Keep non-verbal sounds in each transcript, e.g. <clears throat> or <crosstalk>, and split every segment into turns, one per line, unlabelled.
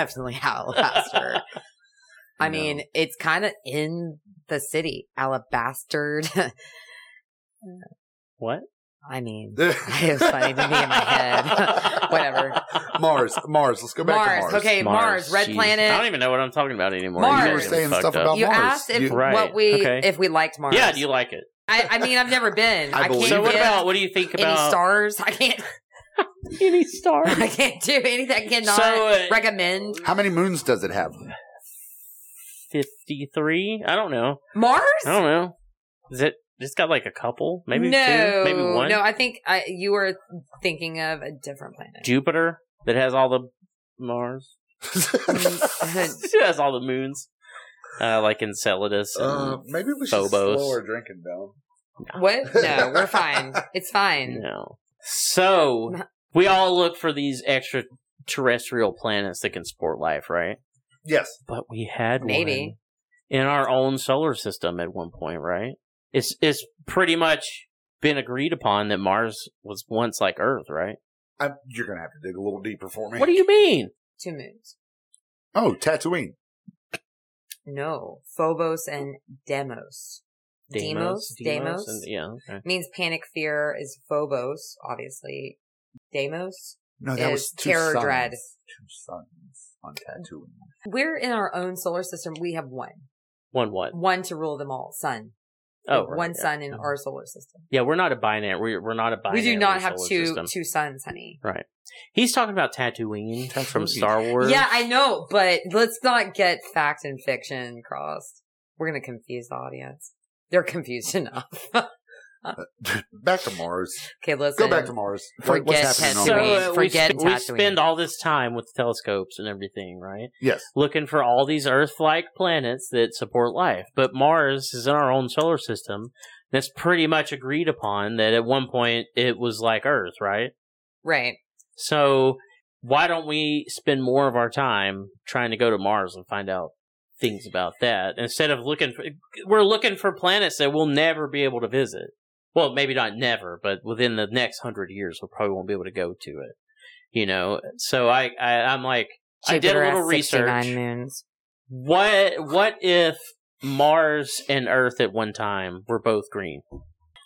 <laughs>
definitely Alabaster. I mean, it's kind of in the city, Alabaster. <laughs>
what?
I mean, <laughs> it
<laughs>
was funny to me in my
<laughs>
head. <laughs> Whatever.
Mars, Mars. Let's go back
Mars.
to Mars.
Okay, Mars, Red
jeez.
Planet.
I don't even know what I'm talking about anymore.
Mars.
guys
You were
are
saying
fucked
stuff
up.
about
you
Mars.
asked if
You-
Right,
what we
okay.
if we liked Mars.
Yeah, do you like it?
I, I mean, I've never been.
I
I, can't
believe
so
So what
Yeah.
about what do you think
any
about
stars. I can't.
<laughs>
<laughs>
any star?
I can't do anything. I cannot
So, uh,
recommend
How many moons does
<laughs>
it have?
Fifty three? I don't know.
Mars.
I don't know. Is it it's got like a couple? Oh, Maybe
no,
two? Maybe one?
No, I think I, you were thinking of a different planet.
Jupiter that has all the Mars. <laughs>
<laughs>
it has all the moons. Uh, like Enceladus and
Uh, maybe we should
Phobos.
slow our drinking
<laughs>
down.
what? No, we're fine. It's fine.
No. So we all look for these extraterrestrial planets that can support life, right?
Yes.
But we had
Maybe.
one in our own solar system at one point, right? It's it's pretty much been agreed upon that Mars was once like Earth, right?
I, you're going to have to dig a little deeper for me.
What do you mean?
Two moons.
oh, Tatooine.
No, Phobos and Demos Deimos? Deimos?
and- yeah. okay.
means panic. Fear is Phobos, obviously. Demos
Oh,
No, that was
is
two
terror
suns.
dread.
Two suns on Tatooine. <laughs>
We're in our own solar system. We have one,
One what?
one to rule them all. Sun.
Oh,
One
right, yeah.
sun in our solar system.
Yeah, we're not a binary. We're, we're not a binary.
we do not have
solar
two
system.
two suns, honey.
He's talking about Tatooine
<laughs>
from
Tatooine.
Star Wars.
Yeah, I know, but let's not get fact and fiction crossed. We're gonna confuse the audience. They're confused <laughs> enough.
back to Mars.
okay, listen.
Go back to Mars. What-
Forget
What's happening
So
on
Tatooine.
Mars?
uh, we,
Forget
sp- we
Tatooine.
spend all this time with telescopes and everything, right?
Yes.
Looking for all these Earth-like planets that support life, but Mars is in our own solar system. That's pretty much agreed upon that at one point it was like Earth, right?
Right.
So why don't we spend more of our time trying to go to Mars and find out things about that instead of looking for we're looking for planets that we'll never be able to visit. Well, maybe not never, but within the next hundred years, we probably won't be able to go to it. You know, so I, I I'm like, I did a
Jupiter
little
has 69
research.
Moons.
what what if Mars and Earth at one time were both green?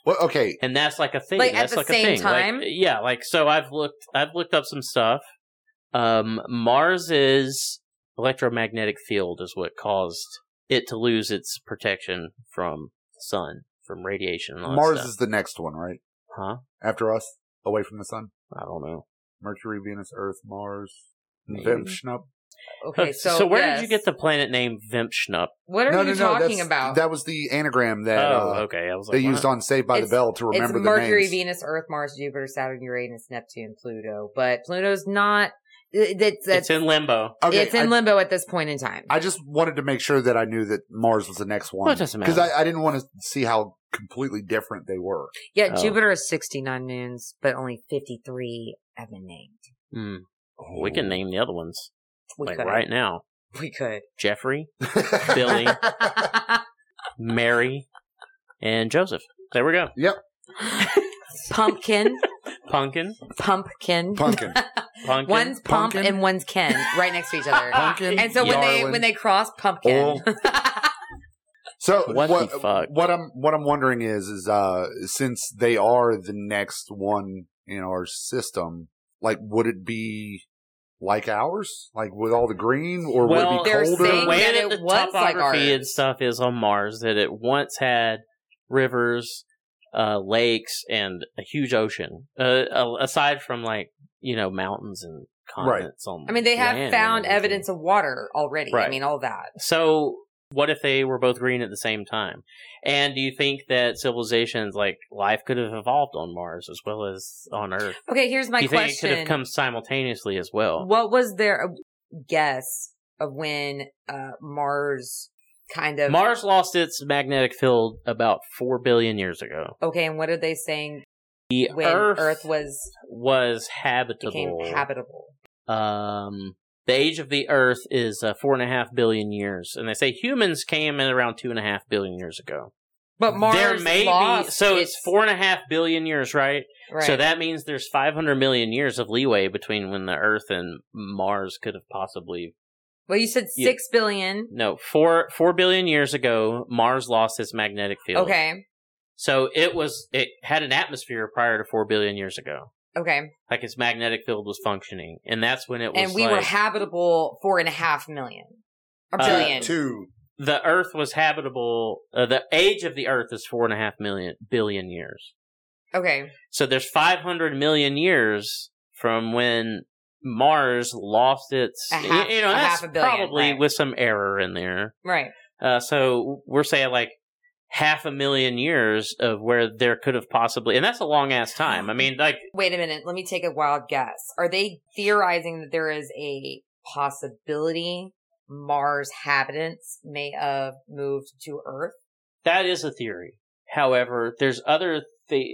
Well, okay.
and that's like a thing.
Like, at
that's
the
like
same
a thing. Like,
time?
yeah, like so I've looked I've looked up some stuff. Um Mars's electromagnetic field is what caused it to lose its protection from the sun, from radiation and all that
Mars
stuff.
is the next one, right?
Huh?
After us, away from the sun.
I don't know.
Mercury, Venus, Earth, Mars.
Maybe.
Vim, Schnup.
Okay, so
where
yes.
did you get the planet name Vempschnup?
What are
no,
you
no, no,
talking
that's-
about?
That was the anagram
Oh,
that uh,
okay. I was
they
like,
used
what?
on Saved by the
It's-
Bell to
it's
remember the
Mercury,
names.
Venus, Earth, Mars, Jupiter, Saturn, Uranus, Neptune, Pluto. But Pluto's not. th- That's, that's,
It's in limbo.
Okay,
it's in
I,
limbo at this point in time.
I just wanted to make sure that I knew that Mars was the next one
Well, it doesn't matter.
because I, I didn't want to see how completely different they were.
yeah,
Oh.
Jupiter is 69 moons, but only 53 have been named.
Hmm. We can
<laughs>
name the other ones
We
like
could.
right now.
We could.
Jeffrey, Billy, Mary, and Joseph. There we go.
pumpkin,
Pumpkin,
pumpkin.
Pumpkin.
pumpkin.
One's pump
Pumpkin.
and one's Ken, right next to each other.
Pumpkin. Oh.
And so when they
Yarlin.
when they cross pumpkin, <laughs>
So
<laughs> What
what,
the fuck?
what I'm what I'm wondering is is uh since they are the next one in our system, like would it be like ours? Like with all the green or would
Well,
it be
They're
colder?
the
saying-
way
that
that,
it
the
was like
topography and
ours.
stuff is on Mars that it once had rivers, uh, lakes, and a huge ocean. Uh, a- aside from like you know mountains and continents on.
I mean they have
land and
found
everything.
evidence of water already. I
Right.
mean all that.
So what if they were both green at the same time? And do you think that civilizations like life could have evolved on Mars as well as on Earth?
Okay, here's my
do you
question.
think it could have come simultaneously as well?
What was their uh, guess of when uh, Mars kind of
Mars lost its magnetic field about four billion years ago.
okay? And what are they saying
The
when Earth, was
was
became
habitable.
habitable?
um, the age of the Earth is uh, four and a half billion years, and they say humans came in around two and a half billion years ago.
But Mars
there may be
lost
so it's four and a half billion years, right?
Right.
So that means there's 500 million years of leeway between when the Earth and Mars could have possibly
well, you said
Yeah.
six billion.
no four four billion years ago Mars lost its magnetic field.
Okay.
so it was it had an atmosphere prior to four billion years ago.
Okay.
Like its magnetic field was functioning, and that's when it was.
And we
like,
were habitable four and a half million. A
Uh,
billion.
Two.
the Earth was habitable. Uh, the age of the Earth is four and a half million billion years.
Okay.
So there's 500 million years from when Mars lost its.
A half-
you know,
a
that's
half a billion,
probably
right.
with some error in there.
Right.
Uh, so we're saying like half a million years of where there could have possibly, and that's a long ass time. I mean, like
Wait a minute. Let me take a wild guess. Are they theorizing that there is a possibility Mars habitants may have moved to Earth?
that is a theory. However, there's other the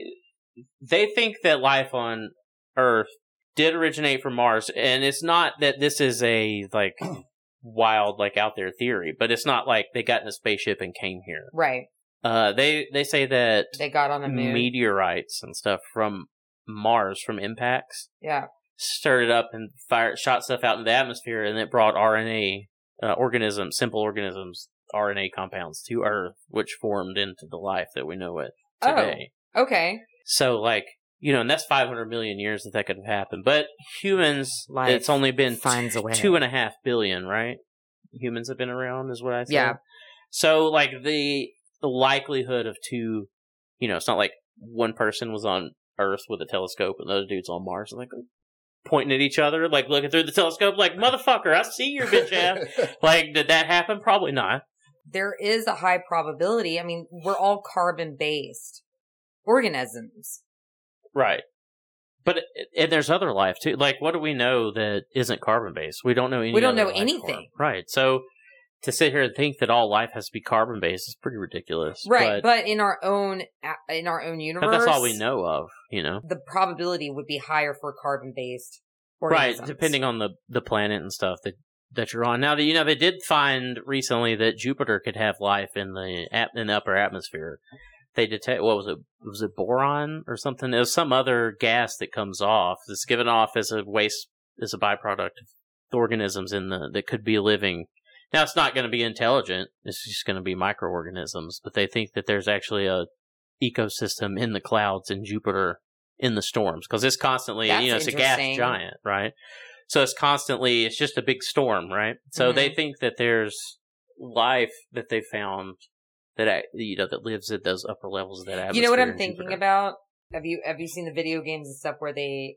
they think that life on Earth did originate from Mars, and it's not that this is a like <clears throat> wild like out there theory, but it's not like they got in a spaceship and came here.
Right.
Uh, they they say that
They got on the moon.
meteorites and stuff from Mars from impacts
yeah.
stirred it up and fired shot stuff out in the atmosphere, and it brought RNA uh, organisms, simple organisms, RNA compounds to Earth, which formed into the life that we know it today.
Oh. Okay.
So, like, you know, and that's 500 million years that that could have happened. But humans,
Life
it's only been
finds a way.
two and a half billion, right? Humans have been around, is what I said.
Yeah.
So, like, the the likelihood of two, you know, it's not like one person was on Earth with a telescope and the other dude's on Mars, like pointing at each other, like looking through the telescope, like motherfucker, I see your bitch
<laughs>
ass. like, did that happen? Probably not.
There is a high probability. I mean, we're all carbon based organisms.
Right. But and there's other life too. Like, what do we know that isn't carbon based? We don't know any.
We don't
other
know
life
anything.
form. Right. So to sit here and think that all life has to be carbon based is pretty ridiculous.
Right. But,
But,
in our own, in our own universe,
but that's all we know of. You know.
the probability would be higher for carbon based
Right. Depending on the the planet and stuff that that you're on. Now that you know they did find recently that Jupiter could have life in the at, in the upper atmosphere. They detect what was it? Was it boron or something? It was some other gas that comes off that's given off as a waste as a byproduct of organisms in the that could be living. Now it's not going to be intelligent. It's just going to be microorganisms. But they think that there's actually a ecosystem in the clouds in Jupiter in the storms because it's constantly
That's
you know it's a gas
interesting.
giant, right? So it's constantly it's just a big storm, right? So
Mhm.
they think that there's life that they found that act- you know that lives at those upper levels of that atmosphere.
you know what I'm
in
thinking
Jupiter.
about? Have you have you seen the video games and stuff where they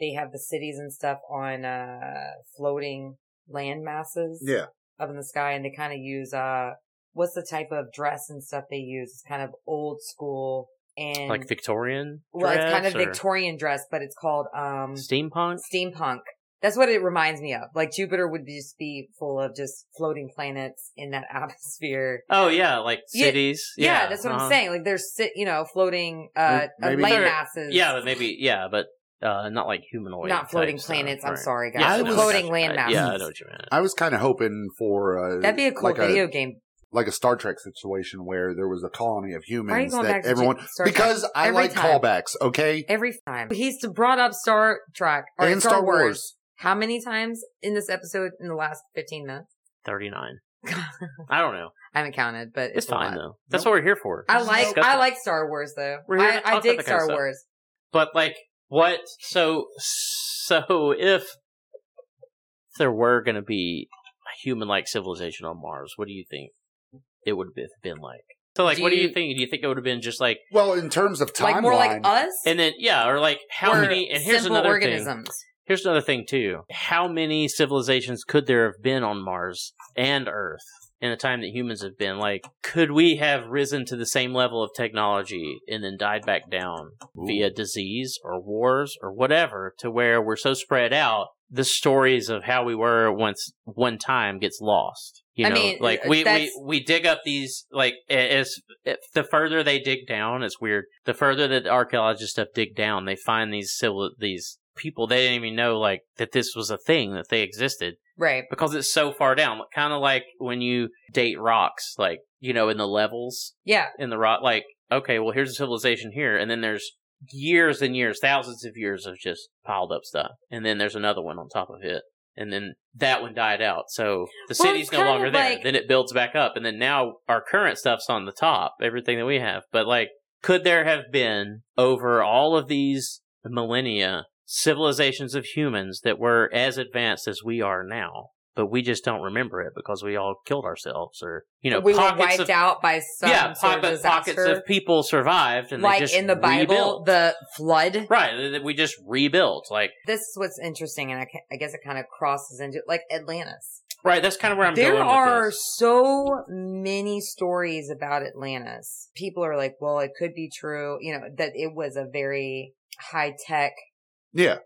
they have the cities and stuff on uh floating land masses
<laughs> yeah.
up in the sky and they kind of use uh what's the type of dress and stuff they use? It's kind of old school and
like Victorian.
well, it's kind of
dress or
Victorian dress, but it's called um
steampunk.
steampunk. That's what it reminds me of. Like Jupiter would just be full of just floating planets in that <laughs> atmosphere.
Oh yeah, like
Yeah,
cities.
Yeah, that's what
uh-huh.
I'm saying. Like there's, si- you know, floating uh,
Mm, maybe-
light
They're-
masses.
Yeah, but maybe yeah, but uh, not like humanoid.
not floating
type stuff,
planets. I'm
right.
sorry, guys.
Yeah, I
was-
floating
I-
land masses.
Yeah, I know what you meant.
I was kind of hoping for uh,
That'd be a cool
like
video game.
like a Star Trek situation where there was a colony of
Why are you
humans
going back
that
to
everyone
Star Trek?
because I
Every
like
time.
callbacks. Okay,
every time he used to brought up Star Trek or
and
Star, Wars. How many times in this episode in the last 15 minutes?
Thirty
<laughs>
nine. I don't know.
I haven't counted, but it's,
It's
a lot.
fine though. That's what we're here for.
I
Just
like
discuss
I
it.
like Star Wars though.
We're here to
I,
talk
I
about
dig
that kind of
Star
stuff.
Wars.
But like what? So so if there were going to be a human like civilization on Mars, what do you think it would have been like? So like,
Do
what do you
you-
think? Do you think it would have been just like
Well, in terms of timeline,
Like more like us.
and then yeah, or like how
We're
many? And here's
simple
another thing.
organisms.
Here's another thing too. How many civilizations could there have been on Mars and Earth in the time that humans have been? Like, could we have risen to the same level of technology and then died back down
Ooh.
via disease or wars or whatever to where we're so spread out the stories of how we were once one time gets lost you
I
know
mean,
like we, we
that's-
we dig up these like a- as if the further they dig down it's weird the further that archaeologists have dig down they find these civil these people they didn't even know like that this was a thing that they existed
Right.
because it's so far down. Kind of like when you date rocks, like, you know, in the levels
Yeah.
in the rock, like, okay, well, here's a civilization here. And then there's years and years, thousands of years of just piled up stuff. And then there's another one on top of it. And then that one died out. So the
Well,
city's
it's
no
kind
longer
of
there.
like-
Then it builds back up. And then now our current stuff's on the top, everything that we have. But like, could there have been over all of these millennia civilizations of humans that were as advanced as we are now, but we just don't remember it because we all killed ourselves or, you know,
we were
pockets
wiped
of,
out by some
yeah,
sort of
pocket, pockets
disaster.
of people survived and they
like
just
in the Bible,
rebuilt.
the flood.
right, th- th- we just rebuilt. Like,
This is what's interesting, and I, ca- I guess it kind of crosses into like Atlantis.
right, that's kind of where I'm
there
going
are
with this.
so many stories about Atlantis. People are like, well, it could be true, you know, that it was a very high tech
Yeah.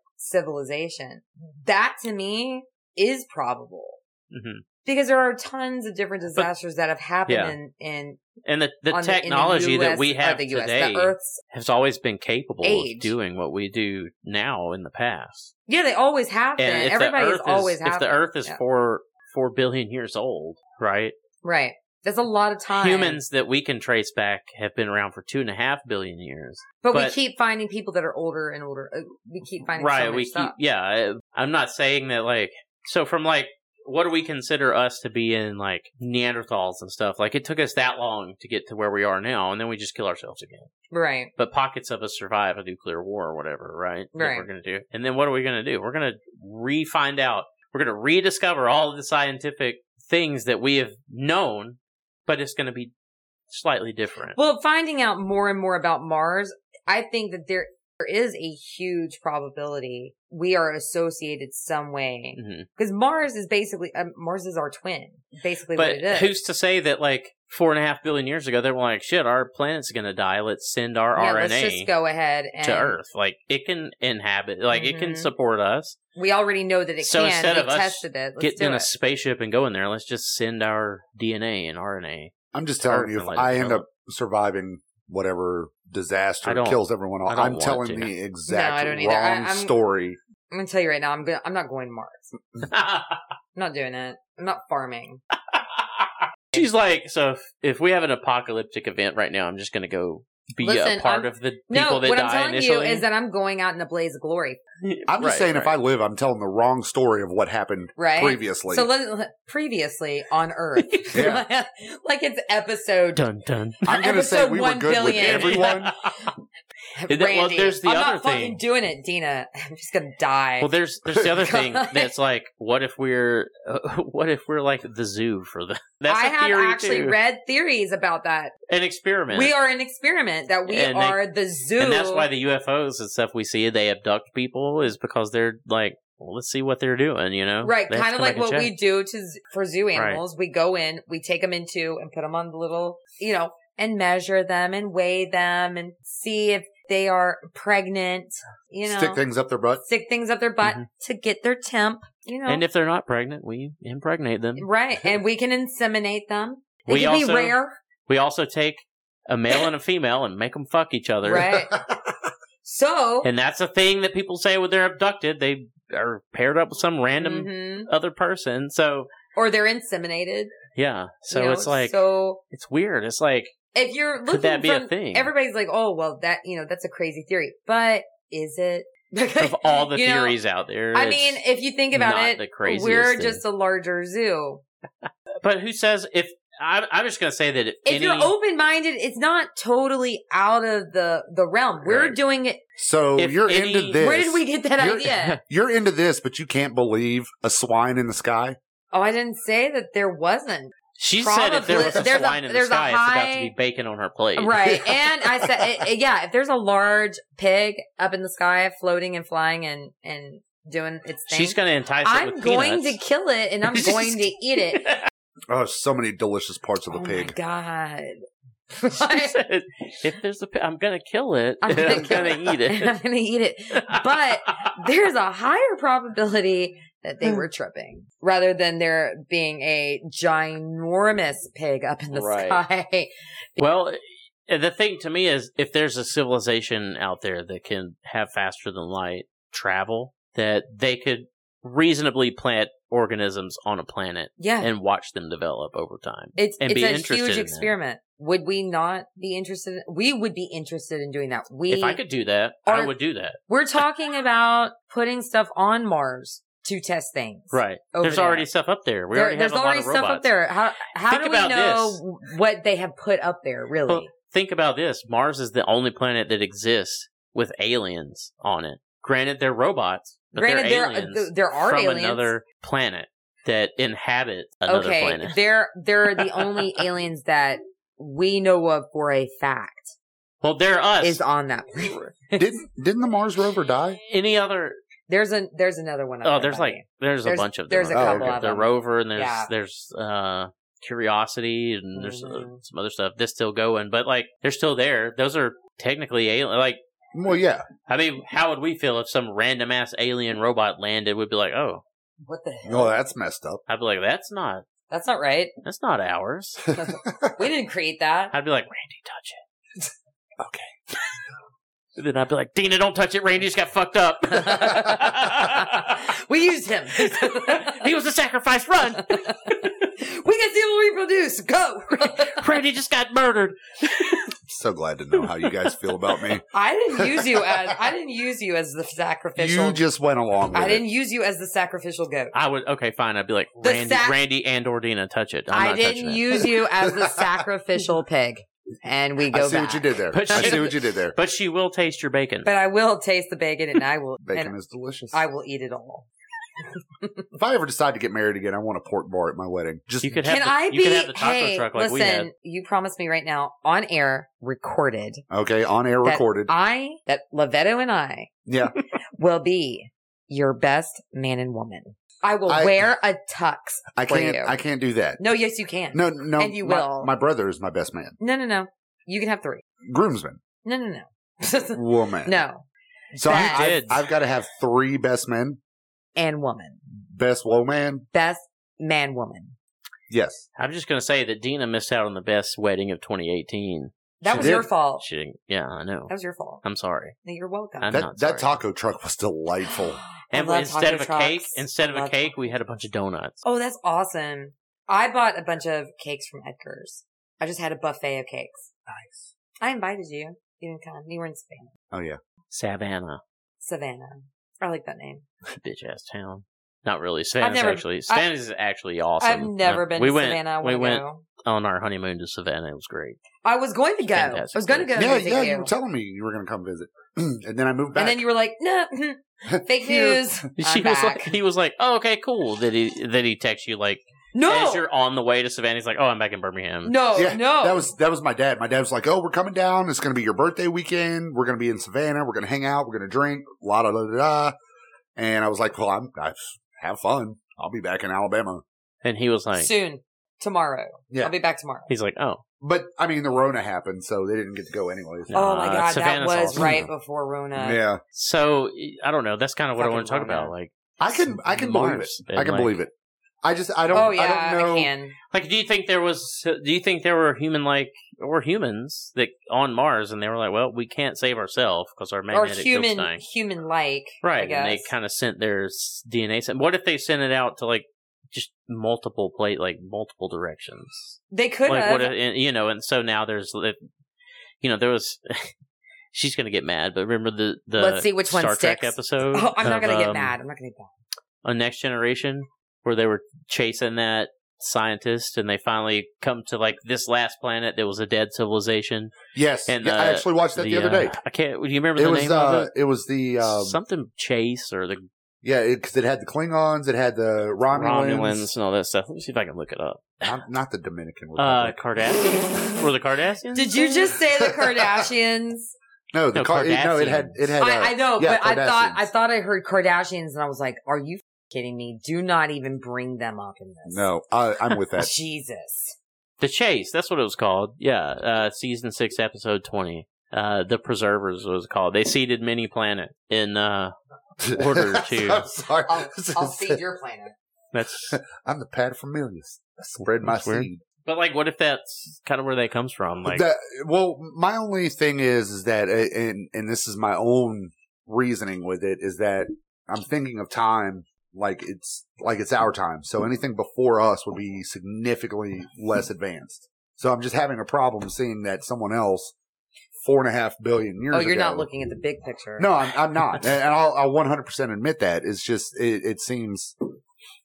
civilization. That to me is probable
Mhm.
because there are tons of different disasters that have happened
Yeah.
in, in
And the, the
on in
technology
US
that we
or
have
uh, the US,
today
the Earth's
has always been capable
age.
of doing what we do now in the past.
Yeah, they always have been.
And if the
Everybody's
Earth
always
is,
have
if the
been.
Earth is
Yeah.
four four billion years old, right?
right. There's a lot of time.
Humans that we can trace back have been around for two and a half billion years.
but, we
but-
keep finding people that are older and older. Uh, We keep finding
right
So much
we
stuff.
keep yeah I, i'm not saying that like so from like what do we consider us to be in like neanderthals and stuff like it took us that long to get to where we are now and then we just kill ourselves again
right.
but pockets of us survive a nuclear war or whatever right That
Right.
we're gonna do and then what are we gonna do we're gonna re-find out we're gonna rediscover all of the scientific things that we have known but it's gonna be slightly different
Well, finding out more and more about Mars, I think that there there is a huge probability we are associated some way
Mhm.
because Mars is basically um, Mars is our twin, basically what
But
it is.
who's to say that like four and a half billion years ago they were like, shit, our planet's gonna die. Let's send our
yeah,
RNA
let's just go ahead and
to Earth. Like it can inhabit, like it can
Mhm.
support us.
We already know that it
So
can.
instead
we
of us
tested it. Let's
Get
do
in a
it.
spaceship and go in there. Let's just send our DNA and RNA.
I'm just
To
telling
Earth
you,
and
if
let it
I end
develop.
up surviving whatever
I
disaster
don't-
kills everyone
I
off,
don't
I'm
want
telling
to.
the exact
don't either.
wrong
I- I'm-
story.
I'm gonna tell you right now. I'm gonna. I'm not going to Mars. <laughs> I'm not doing it. I'm not farming.
She's like, so if, if we have an apocalyptic event right now, I'm just gonna go be
Listen,
a part
I'm-
of the people
No,
that
what
die
I'm telling
initially.
you is that I'm going out in a blaze of glory,
I'm just
Right,
saying, if I
right.
live, I'm telling the wrong story of what happened
right?
previously.
So let, let- previously on
<laughs>
Earth,
Yeah.
<laughs> like it's episode.
dun dun.
I'm going to say
episode
we were
1
good with
billion.
everyone.
that- well,
Randy,
there's the
I'm
other
not fucking
thing.
doing it, Dina. <laughs> I'm just gonna die.
Well, there's there's
<laughs>
the other thing
God.
that's like, what if we're <laughs> uh, what if we're like the zoo for the? <laughs> That's
I
a
have
theory
actually
too.
read theories about that.
an experiment.
We are an experiment that we
And they-
are the zoo.
and that's why the UFOs and stuff we see they abduct people is because they're like, well, let's see what they're doing, you know?
Right,
They have to
kind of
come
like
back
what
and
we
check.
do to z- for zoo
Right.
animals. We go in, we take them into and put them on the little, you know, and measure them and weigh them and see if they are pregnant. <laughs> You know,
Stick things up their butt.
stick things up their butt
Mhm.
to get their temp. You know,
And if they're not pregnant, we impregnate them.
right,
<laughs>
and we can inseminate them. It
We
can be
also-
rare,
We also take a male and a female and make them fuck each other. <laughs>
right? so,
And that's a thing that people say when they're abducted. They are paired up with some random
mhm.
other person. So,
or they're inseminated.
yeah. So
you know,
it's like,
so.
it's weird. It's like,
If you're looking
could that be
from,
a thing?
everybody's like, "Oh, well, that you know, that's a crazy theory," but is it? <laughs>
of all the
You know,
theories out there.
I
it's-
mean, if you think about
not
it,
the craziest
we're
thing.
just a larger zoo.
but who says if, I, I'm just going to say that if,
If
any,
you're open minded, it's not totally out of the the realm. We're
Right.
doing it.
<laughs> So
If
you're
any-
into this.
Where did we get that
<laughs>
You're-
idea?
You're into this, but you can't believe a swine in the sky.
Oh, I didn't say that there wasn't.
She said if there was a
Probably- there's a-
swine in the
there's a
sky, it's about to
high-
be bacon on her plate. <laughs>
Right. And I said, eh, eh, yeah, if there's a large pig up in the sky floating and flying and, and doing its thing,
She's going to entice it
I'm
with
going to
peanuts.
kill it and
<laughs>
I'm
She's-
going to eat it.
Oh, so many delicious parts of the
oh <laughs>
pig.
my
<laughs> She
God.
said, if there's a, pe- I'm going to kill it. <laughs>
I'm
I'm
gonna
going
kill
to eat
and <laughs> I'm
it.
going to eat it. <laughs> But there's a higher probability that
Hmm.
they were tripping rather than there being a ginormous pig up in the
Right.
sky.
<laughs>
<laughs>
well, eh, the thing to me is, if there's a civilization out there that can have faster than light travel, that they could reasonably plant organisms on a planet
Yeah.
and watch them develop over time.
It's
and be
it's a
interested
huge
in that.
experiment. Would we not be interested? in- we would be interested in doing that. We
If I could do that, I
Or-
would do that.
we're talking about putting stuff on Mars to test things.
Right.
over
There's
there.
already stuff up there. We
Oh, There-
already
there's
have a lot
already
of
stuff
robots.
up there. How how
Think
do we
about
know what they have put up there? Really?
Well, think about this: Mars is the only planet that exists with aliens on it. Granted, they're robots, but
Granted,
they're
there-
aliens
th- there are
from
aliens.
another planet that inhabit another
okay,
planet.
they're
<laughs>
they're the only aliens that we know of for a fact
Well, they're us.
is on that planet.
didn't didn't the Mars rover die?
Any other?
There's a there's another one. Up
Oh,
there,
there's
buddy.
like there's,
There's-
a bunch of them.
there's a
out
couple
there.
of
the
them.
rover and there's
Yeah.
there's uh Curiosity and there's uh,
Mhm.
some other stuff. This still going, but like they're still there. Those are technically alien. Like
Well, yeah.
I mean, how would we feel if some random ass alien robot landed? We'd be like, oh,
what the hell?
Oh, that's messed up.
I'd be like, that's not
That's not right.
that's not
<laughs>
ours.
We didn't
<laughs>
create that.
I'd be like, Randy, touch it.
<laughs>
okay. And then I'd be like, Dina, don't touch it. Randy's got fucked up.
<laughs> We
<laughs>
used him. we can
he was a sacrifice. Run.
see what we
<laughs>
produce. Go.
Randy just got murdered.
So glad to know how you guys feel
<laughs>
about me.
I didn't use you as I didn't use you as the sacrificial.
You just went along with
I
it.
didn't use you as the sacrificial goat.
I would, okay, fine. I'd be like,
The
Randy,
sac-
Randy and or Dina, touch it. I'm
I
not
didn't
touching
use you as
<laughs>
the sacrificial pig. And we go
I see
back.
what you did there.
But
I
she-
<laughs>
see what you did there.
it. But she will taste your bacon.
But I will taste the bacon and I will
Bacon
and
is delicious.
I will eat it all.
if I ever decide to get married again, I want a pork bar at my wedding. Just
you could have
Can
the,
I
you
be
could have the taco
hey,
truck like
listen,
we had.
you promised me right now on air recorded
okay on air
that
recorded.
I that Levetto and I
yeah,
<laughs> will be your best man and woman. I will
I-
wear a tux.
I
For
can't.
you.
I can't do that.
No, yes, you can.
No, no.
And you
my,
will.
My brother is my best man.
No, no, no. You can have three.
Groomsman,
No, no, no. <laughs>
woman.
no.
So I,
Bad.
I've, I've got to have three best men,
And woman.
best woman.
Best man woman.
Yes,
I'm just going to say that Dina missed out on the best wedding of 2018.
That
She
was
did.
your fault.
She didn't, yeah, I know.
That was your fault.
I'm sorry.
No, You're welcome.
I'm
that
not
that
sorry.
taco truck was delightful.
I
And
love
instead
taco
of a
trucks.
cake, instead of
I
a
love
cake, we had a bunch of donuts.
Oh, that's awesome. I bought a bunch of cakes from Edgar's. I just had a buffet of cakes.
Nice.
I invited you. You didn't come. You were in Savannah.
Oh yeah,
Savannah,
Savannah. I like that name.
bitch ass town. Not really. Savannah's
never-
actually Savannah's is actually awesome.
I've never
Uh,
been
we
to
went,
Savannah. I
We
wanna
went
go.
on our honeymoon to Savannah. It was great. <laughs>
I was going to go.
Fantastic
I was going to go
yeah,
visit
yeah. You.
you.
were telling me you were going to come visit, <clears throat> and then I moved back.
and then you were like, <laughs> no, fake
Here.
news.
she was
I'm back.
like, he was like, oh okay, cool. That he that he texts you like as
<laughs> no,
you're on the way to Savannah. He's like, oh, I'm back in Birmingham.
no,
Yeah,
no.
That was that was my dad. My dad was like, "Oh, we're coming down. It's going to be your birthday weekend. We're going to be in Savannah. We're going to hang out. We're going to drink. La da da da." da." And I was like, "Well, I'm I have fun. I'll be back in Alabama."
And he was like,
soon tomorrow.
Yeah.
I'll be back tomorrow.
he's like, oh,
But I mean, the Rona happened, so they didn't get to go anyways.
oh my
nah,
god,
Savannah's
that was
awesome.
right before Rona.
Yeah,
So I don't know. That's kind of what I
Fucking
want to talk
Rona.
about. Like,
I can I can believe it.
Mars and,
I can
like-
believe it. I just I don't.
Oh yeah,
I don't know.
can.
Like, do you think there was? Do you think there were human like or humans that on Mars and they were like, well, we can't save ourselves because our
Or
magnetic field's
human,
dying.
human like. I
right?
guess.
And they kind of sent their s- DNA. Sent. What if they sent it out to like just multiple plate, like multiple directions?
They could
like
have.
what? If, and, you know, and so now there's, li- you know, there was. <laughs> she's gonna get mad, but remember the the
Let's see which
Star
one
Trek
sticks.
episode.
Oh, I'm not
of,
gonna get
um,
mad. I'm not gonna get mad.
on Next Generation where they were chasing that scientist and they finally come to like this last planet that was a dead civilization.
Yes,
And,
yeah, I
uh,
actually watched that the, other
uh,
day.
I can't. Do you remember
It
the
was
name
uh,
of it?
it was the um,
Something Chase or the
yeah, because it, had the Klingons, it had the Romulans,
Romulans and all that stuff. Let me see if I can look it up.
Not, not the Dominican
Uh,
Republic.
Cardassians were the Cardassians?
Did you just say
<laughs>
the Kardashians?
no, the
no,
Car- it, no, it had it had. uh,
I, I know,
yeah,
but I thought I
Kardashians.
thought I heard Kardashians, and I was like, "Are you kidding me? Do not even bring them up in this."
No, I, I'm with that.
Jesus.
<laughs>
the Chase? That's what it was called. Yeah, uh, season six, episode twenty. Uh, the Preservers was called. They seeded mini planet in. Uh, <laughs> Order
<laughs>
two.
I'm sorry.
I'll,
<laughs>
I'll feed your planet.
that's
I'm the paterfamilias. I spread my
That's weird.
seed.
but like, what if that's kind of where they comes from? Like,
That- well, my only thing is, is that, uh, and and this is my own reasoning with it, is that I'm thinking of time like it's like it's our time. So anything before us would be significantly less advanced. So I'm just having a problem seeing that someone else four and a half billion years.
Oh, you're not
ago-
looking at the big picture.
No, I'm, I'm
<laughs>
not, and and I'll, I'll 100% admit that. It's just it, it seems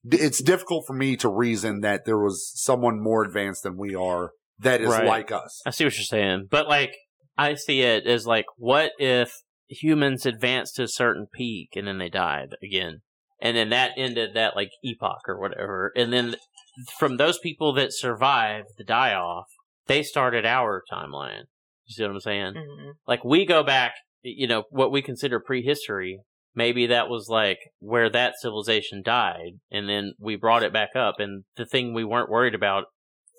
it's difficult for me to reason that there was someone more advanced than we are that is
Right.
like us.
I see what you're saying, but like I see it as like, what if humans advanced to a certain peak and then they died again, and then that ended that like epoch or whatever, and then from those people that survived the die off, they started our timeline. You see what I'm saying?
Mhm.
Like we go back, you know, what we consider prehistory. Maybe that was like where that civilization died, and then we brought it back up. And the thing we weren't worried about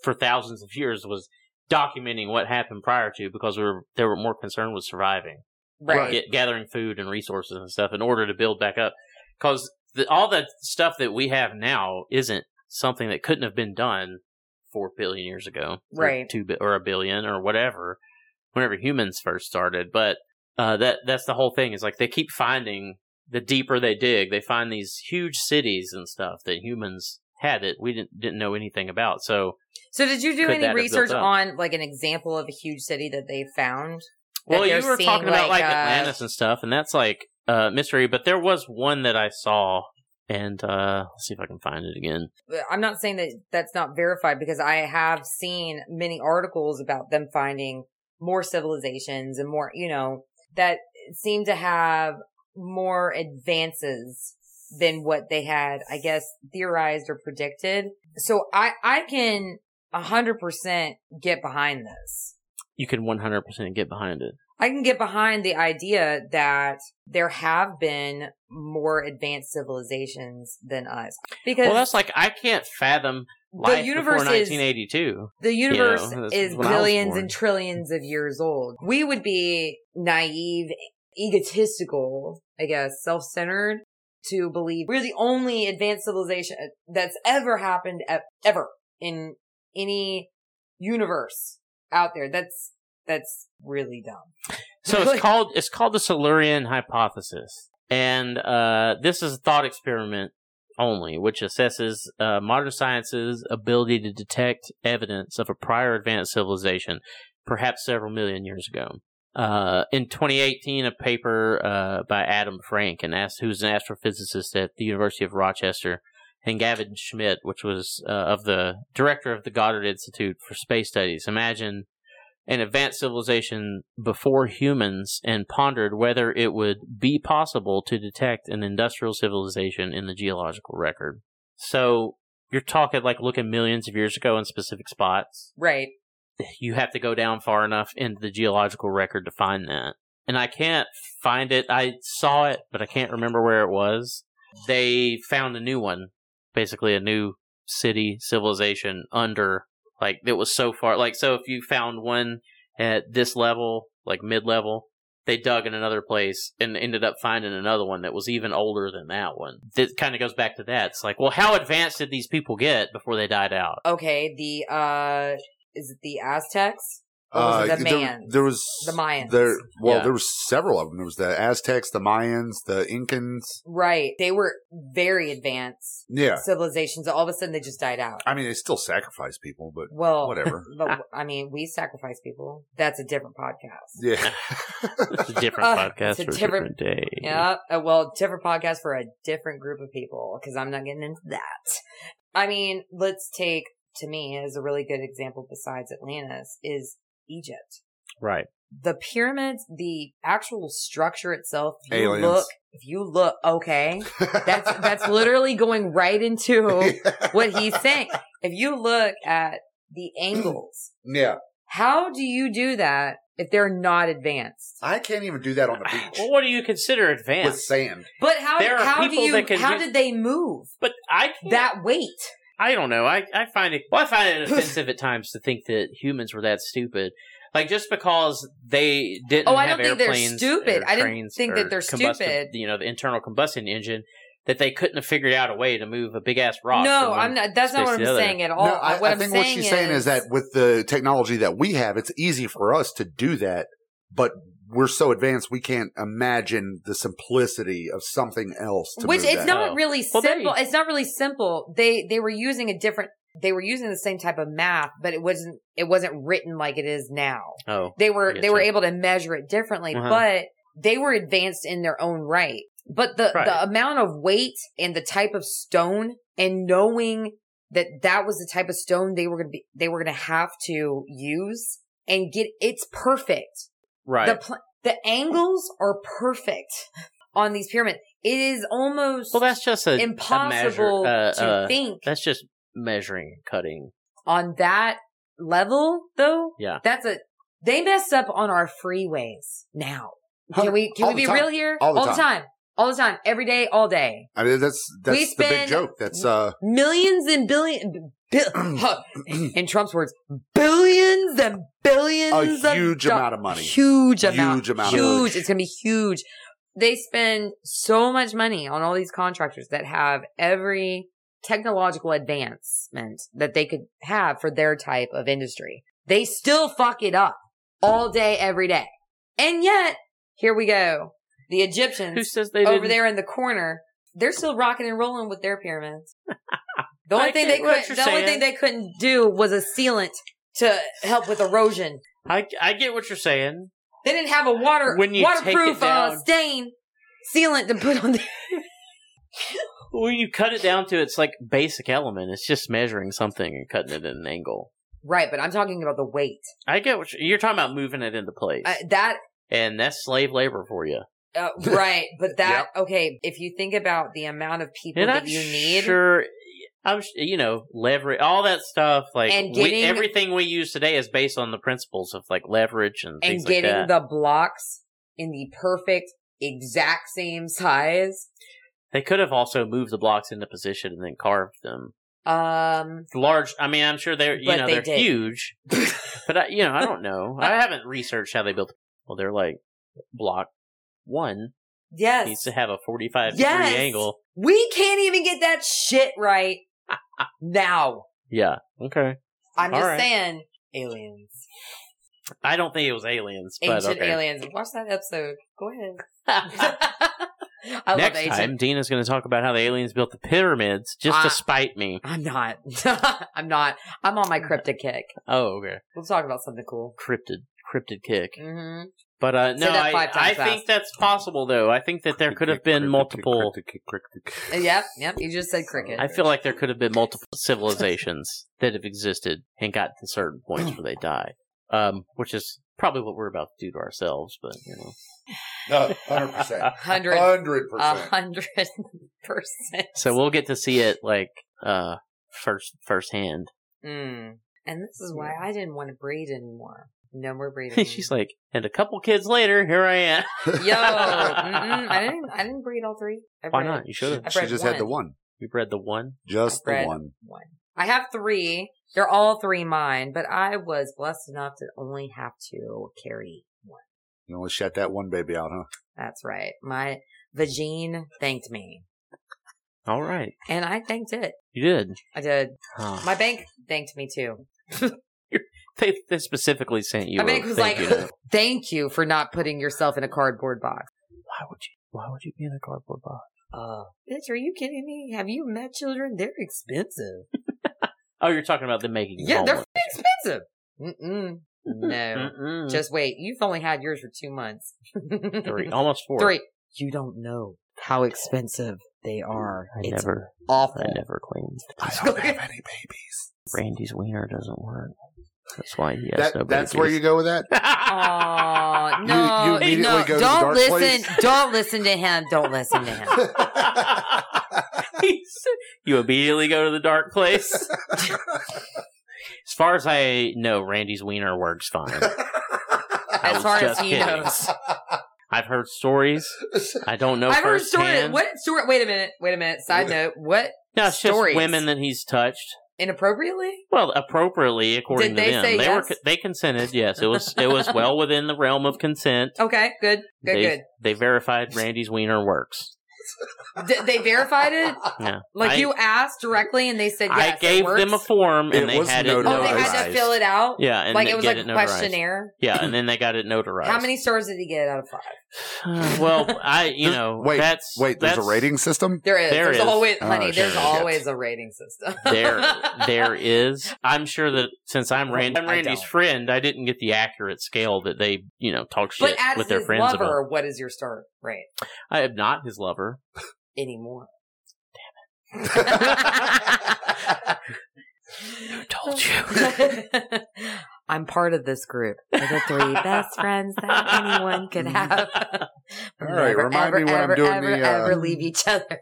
for thousands of years was documenting what happened prior to, because we were they were more concerned with surviving,
Right.
Right.
Get, gathering food and resources and stuff in order to build back up. Because the, all the stuff that we have now isn't something that couldn't have been done four billion years ago, or
Right.
two bi- or a billion or whatever, whenever humans first started. But uh, that that's the whole thing. Is like they keep finding the deeper they dig, they find these huge cities and stuff that humans had that we didn't didn't know anything about. So
So did you do
Could that
any
have built
research
up?
on like an example of a huge city that they found? that
Well, you
they're
were
seeing,
talking about
like,
like
uh,
Atlantis and stuff, and that's like uh, mystery. But there was one that I saw, and uh, let's see if I can find it again.
I'm not saying that that's not verified because I have seen many articles about them finding more civilizations and more, you know, that seem to have more advances than what they had, I guess, theorized or predicted. So I, I can 100% get behind this.
You can 100% get behind it.
I can get behind the idea that there have been more advanced civilizations than us because
Well, that's like I can't fathom life
universe
before
is-
1982.
the universe
You know, that's
is
when I was
billions
born.
and trillions of years old. We would be naive, egotistical, I guess, self-centered to believe we're the only advanced civilization uh, that's ever happened e- ever in any universe out there. That's, that's really dumb.
So
Really?
it's called it's called the Silurian hypothesis, and uh, this is a thought experiment only, which assesses uh, modern science's ability to detect evidence of a prior advanced civilization, perhaps several million years ago. Uh, in 2018, a paper uh, by Adam Frank, and ast- who's an astrophysicist at the University of Rochester, and Gavin Schmidt, which was uh, of the director of the Goddard Institute for Space Studies, imagine an advanced civilization before humans and pondered whether it would be possible to detect an industrial civilization in the geological record. So you're talking like looking millions of years ago in specific spots.
Right.
You have to go down far enough into the geological record to find that. And I can't find it. I saw it, but I can't remember where it was. They found a new one, basically a new city civilization under like it was so far like so if you found one at this level like mid level they dug in another place and ended up finding another one that was even older than that one that kind of goes back to that it's like well how advanced did these people get before they died out
Okay. The, uh, is it the Aztecs? Or was
Uh,
it the
there-
Mayans?
There, was
The Mayans.
There, well,
Yeah.
there was several of them. There was the Aztecs, the Mayans, the Incans.
Right. They were very advanced
Yeah,
civilizations. All of a sudden they just died out.
I mean they still sacrifice people, but
Well,
whatever.
<laughs> But I mean, we sacrifice people. That's a different podcast.
Yeah,
it's a different
<laughs> Uh,
podcast
it's a
for a
different-
different, day
Yeah. uh, Well, different podcast for a different group of people because I'm not getting into that. I mean, let's take to me as a really good example besides Atlantis is Egypt.
right
The pyramids, the actual structure itself. If you
Aliens.
look, if you look, okay, that's
<laughs>
that's literally going right into what he's saying. If you look at the angles,
yeah,
how do you do that if they're not advanced?
I can't even do that on the
Oh,
beach
well what do you consider
with
advanced
sand.
But how
There are
how do
people
you
that can
how
do-
did they move
but i can't
that weight?
I don't know. I, I find it well, I find it offensive at times to think that humans were that stupid. Like just because they didn't.
Oh, I
have
don't think they're
airplanes
stupid.
or
I didn't
trains
think that
or
they're
combustion-
stupid.
You know, the internal combustion engine that they couldn't have figured out a way to move a big ass rock.
no,
from one-
I'm not. That's not
space
what
to
I'm
the other.
saying at all.
No, I,
Oh, what
I
am
think
saying
what she's saying is that with the technology that we have, it's easy for us to do that. But we're so advanced we can't imagine the simplicity of something else. To
Which
move
it's
that.
Oh.
not really
Well, they-
simple. It's not really simple. They they were using a different. They were using the same type of math, but it wasn't it wasn't written like it is now.
Oh,
They were
I
they were
getcha.
able to measure it differently,
Uh-huh.
but they were advanced in their own right. But the
Right.
the amount of weight and the type of stone and knowing that that was the type of stone they were going to be they were going to have to use and get it's perfect.
right.
The pl- the angles are perfect <laughs> on these pyramids. It is almost
well, that's just a
impossible
a measure, uh,
to
uh,
think
That's just measuring, and cutting.
on that level, though.
Yeah.
that's a they mess up on our freeways now. Can we can
All
we
the
be
time.
real here?
All the
all the time, all the time, every day, all day.
I mean, that's
We
that's the big
spend-
joke. That's uh,
Millions and billion.
<clears throat>
Bi- in Trump's words, billions and billions.
A huge
of do-
amount of money.
Huge amount.
Huge amount of
Huge.
money.
It's going to be huge. They spend so much money on all these contractors that have every technological advancement that they could have for their type of industry. They still fuck it up all day, every day. And yet, here we go. The
Who
Egyptians
says they
over
didn't-
there in the corner, they're still rocking and rolling with their pyramids.
<laughs>
The only
I
thing
get
they
what
could, the
you're
only
saying.
thing they couldn't do was a sealant to help with erosion.
I I get what you're saying.
They didn't have a water
When you take it
waterproof uh,
down.
stain sealant to put on there. <laughs>
When you cut it down to its like basic element, it's just measuring something and cutting it at an angle.
Right, but I'm talking about the weight.
I get what you're, you're talking about moving it into place,
Uh, that
and that's slave labor for you. <laughs>
uh, right, but that okay. If you think about the amount of people
And
that
I'm
you need,
sure. I'm sh- you know leverage all that stuff like
And
we,
getting-
everything we use today is based on the principles of like leverage and,
and
things
getting
like that.
the blocks in the perfect, exact same size,
they could have also moved the blocks into position and then carved them.
um, <laughs>
Large. I mean, I'm sure they're you
But
know
they
they are
did.
huge, but I, you
<laughs>
know I don't know. I haven't researched how they built. Well, they're like block one
yes,
needs to have a 45
Yes.
degree angle.
We can't even get that shit right uh, now.
Yeah. Okay.
I'm
All
just
right.
saying, aliens,
I don't think it was aliens, but
ancient
okay.
aliens. Watch that episode. Go ahead. <laughs> I love
Next
ancient.
time, Dina's going to talk about how the aliens built the pyramids just
Ah.
to spite me.
I'm not. <laughs> I'm not. I'm on my cryptic kick.
Oh, okay.
We'll talk about something cool.
Crypted, cryptid kick.
hmm
But uh,
Say
no,
that
I,
five
I
times
think that's possible, though. I think that there could have been multiple.
Uh, Yep. Yep. You just said cricket.
I feel like there could have been multiple civilizations that have existed and gotten to certain points where they die, um, which is probably what we're about to do to ourselves. But you know,
<laughs> hundred percent,
Hundred.
hundred
A
percent.
hundred <laughs> percent.
so we'll get to see it like uh, first firsthand.
Mm. And this is why I didn't want to breed anymore. No more
<laughs>
breeding.
She's like, and a couple kids later, here I am.
Yo, mm-mm, I didn't. I didn't breed all three. I
<laughs> Why
bred
not? You should have.
I
She
bred
just had the one,
We bred the one.
just
I
the
bred-
one.
One. I have three. They're all three mine, but I was blessed enough to only have to carry one.
You only shut that one baby out, huh?
That's right. My vagine thanked me,
All right,
and I thanked it.
you did.
I did.
Huh.
My bank thanked me too.
they, they specifically sent you.
My bank
a
was like,
thank you
<laughs>
note.
"Thank you for not putting yourself in a cardboard box."
why would you? Why would you be in a cardboard box?
Uh, bitch, are you kidding me? Have you met children? They're expensive.
Oh, you're talking about them making. you
Yeah, they're
homeless.
f***ing expensive. <laughs> Mm-mm. No.
Mm-mm.
Just wait. You've only had yours for two months. <laughs>
three, almost four.
Three. You don't know how expensive they are.
I
it's
never,
awful.
I never cleaned.
<laughs> I don't have any babies.
Randy's wiener doesn't work. That's why he has
That,
no.
that's
<laughs>
where you go with <laughs> that.
Aw,
<laughs> You-
no,
you immediately
no,
go to the
don't
dark
listen,
place.
<laughs> don't listen to him, don't listen
<laughs>
to him.
you immediately go to the dark place.
<laughs>
as far as I know, Randy's wiener works fine. I
As
was
far as
just
he
kidding.
knows,
I've heard stories. I don't know
<laughs> I've heard story.
firsthand.
What story? Wait a minute, wait a minute. Side note: What
no, it's
stories?
just women that he's touched.
inappropriately?
Well, appropriately according
Did
to
they
them,
say
they
yes?
were they consented. Yes, it was it was well within the realm of consent.
Okay, Oh, good, good,
they
good.
they verified Randy's wiener works.
D- they verified it.
<laughs> No.
Like
I-
you asked directly, and they said yes.
I
it
gave
works.
them a form and
It
they
was
had it notarized.
Oh, they had to
notarized.
fill it out.
Yeah, and
like
they
it was
get
like
it
a
notarized.
questionnaire.
Yeah, <clears throat> and then they got it notarized.
How many stars did he get out of five?
<laughs> well, I you
There's-
know
wait,
that's
Wait, there's
that's-
a rating system?
There is.
There
there's
is.
always,
Oh,
honey.
sure,
there's
yes.
always a rating system.
<laughs> There,
<laughs>
there is. I'm sure that since I'm Randy, I'm
I
Randy's
don't.
friend, I didn't get the accurate scale that they you know talk
But
shit
as
with their
his
friends about.
lover, what is your star rate
I am not his
<laughs>
lover. <laughs>
anymore?
Who <laughs> told you?
<laughs> I'm part of this group. We're the
<laughs>
three best friends that anyone
Mm.
could have.
All right,
Never,
remind
ever,
me when I'm
ever,
doing
ever,
the, uh,
ever leave each
<laughs>
other.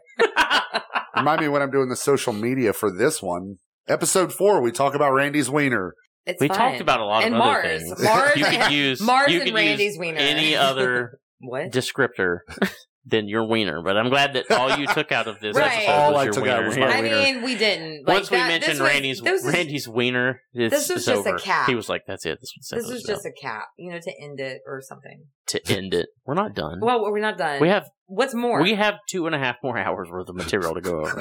Remind me when I'm doing the social media for this one. Episode four, we talk about Randy's wiener. <laughs>
<laughs>
It's
we
fine.
talked about a lot
And
of other
Mars.
things.
Mars
you
and-
could use
Mars
you
and
could
Randy's
use
wiener.
any
<laughs>
other
what?
descriptor than your wiener. But I'm glad that all you took out of this
Right.
episode
All
was
I
your
took
wiener.
out was my
Yeah.
I
wiener.
mean, we didn't.
Once we
that-
mentioned
this was-
Randy's
this was-
Randy's wiener, it's,
this was
it's
just a
over.
cap.
He was like, "That's it. This, was-
This
was
was just a cap, you know, to end it or something.
to end it. We're not done.
Well, we're not done.
we have
What's more?
we have two and a half more hours worth of material to go
<laughs>
over.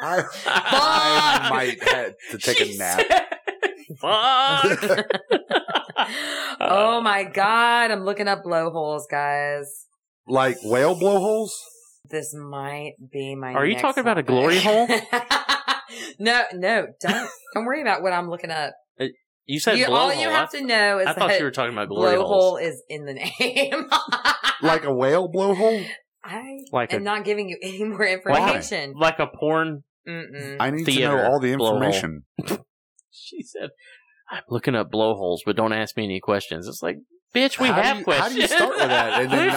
I, I
Fuck! <laughs>
might have to take
Ah! She
a nap.
Fuck.
oh my god, I'm looking up blowholes, guys.
<laughs> like whale blowholes?
This might be my.
Are you
next
talking about a
topic.
glory hole?
<laughs> no, no, don't don't worry about what I'm looking up.
You said
You-
blowhole.
all you have
I,
to know is
I thought
that
you were talking about glory holes.
blowhole is in the name. <laughs>
Like a whale blowhole?
I
Like
am
a-
not giving you any more
Why?
information.
Like a porn.
Mm-mm.
I need
Theater
to know all the
blowhole. <laughs>
information.
She said, "I'm looking up blowholes, but don't ask me any questions." It's like, bitch, we
How do
have
you- how do you
questions.
start with that and then
<laughs>
not-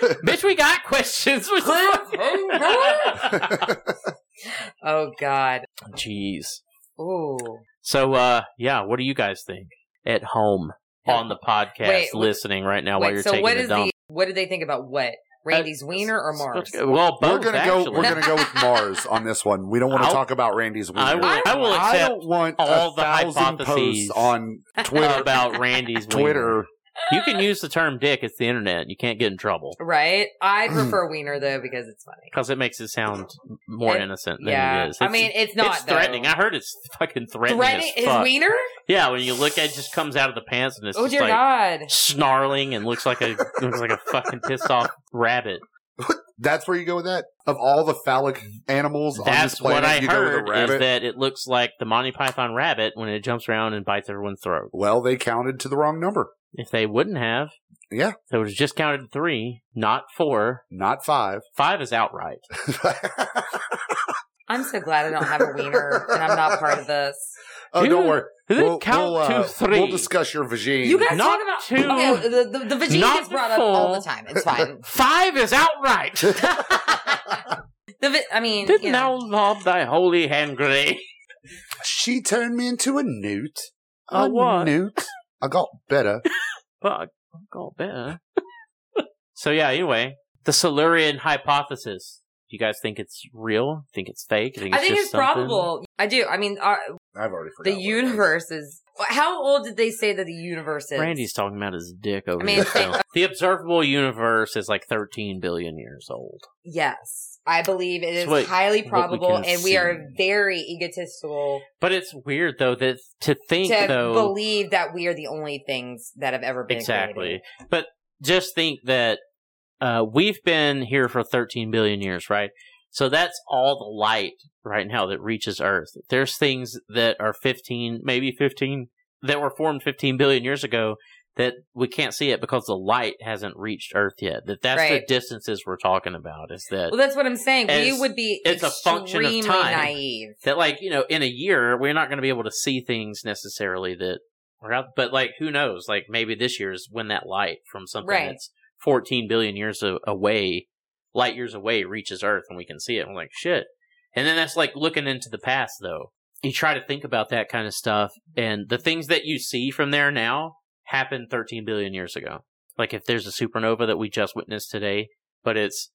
Cliffhanger? bitch, we got questions. <laughs> What the fuck?
Oh God.
<laughs> Jeez.
Ooh.
So, uh, yeah, what do you guys think at home on the podcast,
Wait, wh-
listening right now while
Wait.
you're
So
taking
what
the
is
dump?
the? What do they think about what? Randy's wiener or
So
Mars?
let's go- Well, both.
we're gonna go. We're
actually.
gonna go with Mars on this one. We don't want to
I'll-
talk about Randy's wiener.
I will. I will
I
accept
don't want
all
all
the
the thousand
hypotheses.
posts on
<laughs>
Twitter.
about Randy's wiener.
Twitter.
You can use the term "dick." It's the internet. You can't get in trouble
Right?
<clears throat>
I prefer wiener though because it's funny.
because it makes it sound more
It-
innocent than
Yeah.
it is.
I
It's-
mean, it's not
it's threatening.
though.
I heard it's fucking threatening.
Threatening
as
his
fuck.
wiener?
Yeah, when you look at, it just comes out of the pants and it's
Oh
just
dear
like
God!
snarling and looks like a <laughs> looks like a fucking pissed off rabbit.
That's where you go with that. Of all the phallic animals on this
That's
planet,
what I
you go
heard
with a
is
rabbit.
that it looks like the Monty Python rabbit when it jumps around and bites everyone's throat.
well, they counted to the wrong number,
If they wouldn't have,
Yeah.
if it was just counted three, not four.
not five. <laughs>
Five is outright.
I'm so glad I don't have a wiener and I'm not part of this.
oh,
Dude,
don't worry.
Does it
We'll,
count
we'll, uh,
to three?
we'll discuss your vagine.
You guys
Not
talk
two.
about okay, the the, the vagina
Not
gets brought up all the
full.
time. It's fine.
Five is
<laughs>
outright.
the vi- I mean,
Did
you
now
know.
lob thy holy hand grenade.
she turned me into a newt.
A what?
newt. I got better.
Fuck, I got better. so yeah. Anyway, the Silurian hypothesis. You guys think it's real? Think it's fake? Think
I think
just
it's
something?
probable. I do. I mean, our,
I've already forgotten.
the universe is. How old did they say that the universe is?
Randy's talking about his dick over
I mean,
here.
think-
so. the observable universe is like 13 billion years old.
Yes, I believe it
It's
is
what-
highly
we
probable,
can
and
see.
we are very egotistical
But it's weird though that to think
to
though
believe that we are the only things that have ever been
exactly. But just think that uh, we've been here for 13 billion years, right? So that's all the light right now that reaches Earth. There's things that are 15, maybe 15, that were formed 15 billion years ago that we can't see it because the light hasn't reached Earth yet. That that's the
Right.
distances we're talking about. Is that
Well, that's what I'm saying.
And
we
it's-
would be
it's a function of
extremely
time.
naive.
that like you know in a year we're not going to be able to see things necessarily that are out but like who knows like maybe this year is when that light from something
Right.
that's 14 billion years a- away light years away reaches earth and we can see it and we're like shit and then that's like looking into the past though you try to think about that kind of stuff and the things that you see from there now happened 13 billion years ago like if there's a supernova that we just witnessed today but it's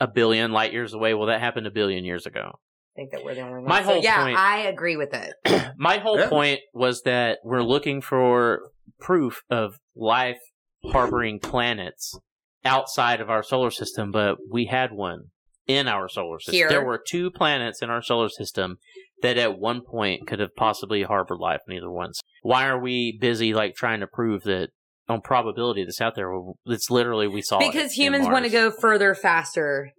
a billion light years away well that happened a billion years ago
I think that we're the only ones.
My
So,
whole
yeah,
point-
I agree with it.
my whole
Yeah.
point was that we're looking for proof of life harboring planets outside of our solar system, but we had one in our solar system.
Here.
There were two planets in our solar system that at one point could have possibly harbored life on either one. So Why are we busy like trying to prove that on probability that's out there? Well, It's literally we saw it
because
in
humans want to
Mars.
go further, faster,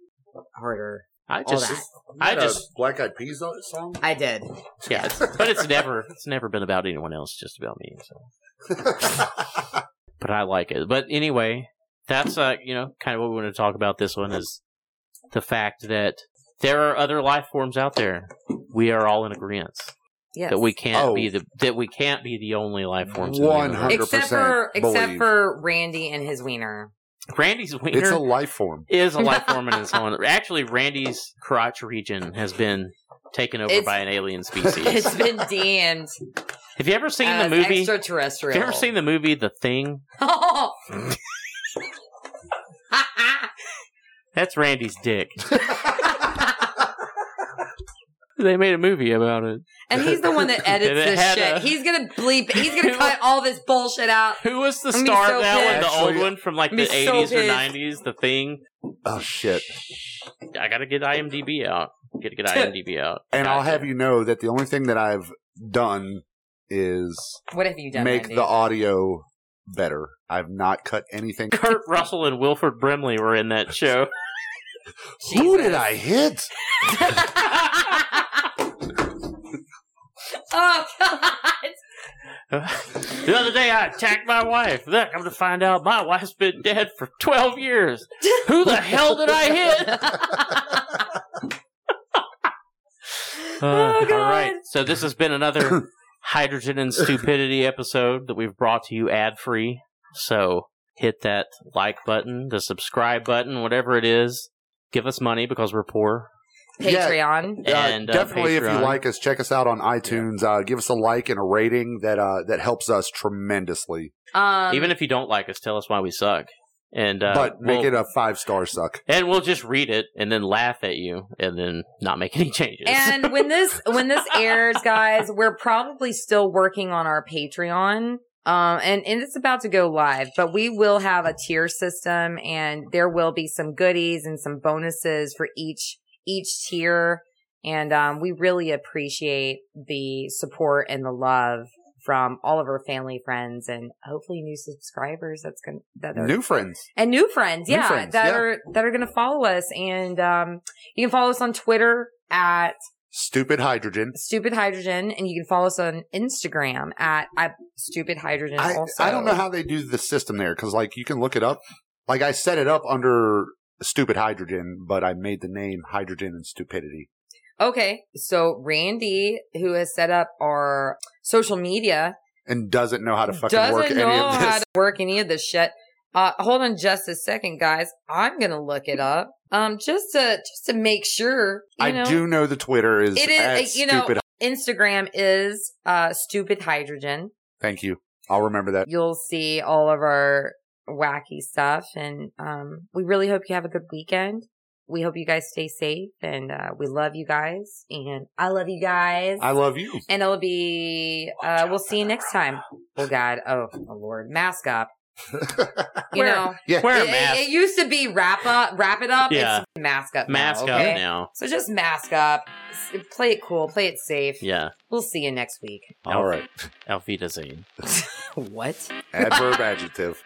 harder.
I
All
just
that.
I
Is that
just-
a Black Eyed Peas
<laughs>
song. <laughs>
I did.
yeah, it's- but it's never it's never been about anyone else, just about me. So. but I like it. But anyway, that's uh, you know, kind of what we want to talk about this one is the fact that there are other life forms out there. We are all in agreement
Yes.
that we can't
Oh.
be the that we can't be the only life forms.
One
In the
hundred-
universe.
except for except
believe.
for Randy and his wiener.
Randy's wiener
it's a life form.
is a life
<laughs>
form in its own. Actually, Randy's crotch region has been taken over
It's-
by an alien species. <laughs>
It's been DM'd
Have you ever seen the
as
movie?
extraterrestrial.
Have you ever seen the movie The Thing?
Oh.
That's Randy's
<laughs>
dick. They made a movie about it.
<laughs> and he's the
<laughs>
one that edits
And it
this
had
shit.
a-
he's gonna bleep. He's
<laughs>
gonna cut all this bullshit out.
Who was the
I'm gonna be
star
so
of that one?
pissed.
The old
Actually-
one from like
I'm gonna
the
be so
80s or
pissed.
90s, The Thing?
oh shit!
I gotta get IMDb out. Gotta
<laughs>
get IMDb out.
And I'll
Gotcha.
have you know that the only thing that I've done is
What have you done?
make
Randy?
the audio better. I've not cut
<laughs>
<laughs>
anything.
Kurt Russell and Wilford Brimley were in that show. <laughs>
Who did I hit?
<laughs> oh God!
the other day I attacked my wife. Look, I'm gonna find out my wife's been dead for 12 years. Who the hell did I hit? Uh,
Oh, God.
All right. So this has been
<laughs>
another hydrogen and stupidity episode that we've brought to you ad free. So hit that like button, the subscribe button, whatever it is. Give us money because we're poor.
Yeah.
Patreon.
Uh,
And uh,
definitely, if
Patreon.
you like us, check us out on iTunes. Uh, give us a like and a rating that uh, that helps us tremendously.
Um,
even if you don't like us, tell us why we suck, and uh,
but make
we'll-
it a five star suck.
and we'll just read it and then laugh at you and then not make any <laughs> changes.
And when this when
<laughs>
this airs, guys, we're probably still working on our Patreon. Um, and, and it's about to go live, but we will have a tier system and there will be some goodies and some bonuses for each, each tier. And, um, we really appreciate the support and the love from all of our family, friends, and hopefully new subscribers. That's going to, that are
New friends.
and new friends,
New
yeah,
friends,
that
yeah.
are, that are going to follow us. And, um, you can follow us on Twitter at
Stupid hydrogen.
Stupid Hydrogen, and you can follow us on Instagram at I, Stupid Hydrogen.
I,
also,
I don't know how they do the system there because like you can look it up. Like I set it up under stupid hydrogen, but I made the name hydrogen and stupidity.
Okay, so Randy, who has set up our social media,
and doesn't know how to fucking
doesn't
work
know
any of
how
this.
to work any of this shit. Uh, hold on just a second, guys. I'm gonna look it up. Um, just to just to make sure. You
I
know,
do know the Twitter is,
It is,
at
uh, you know-
stupid.
Instagram is uh Stupid Hydrogen.
Thank you. I'll remember that.
You'll see all of our wacky stuff. And um, we really hope you have a good weekend. We hope you guys stay safe and uh, we love you guys. And I love you guys.
I love you.
and it'll be, uh, we'll see you next time. Oh, God. Oh, oh, Lord. Mask up.
<laughs>
You
Wear-
know,
Yeah.
Wear a
<laughs> it, it-
mask.
it used to be wrap up, wrap it up.
Yeah.
It's mask up.
mask
now, okay?
up now.
So just mask up. S- Play it cool. Play it safe.
Yeah.
We'll see you next week.
All right.
Alfie Zane.
what?
Adverb adjective.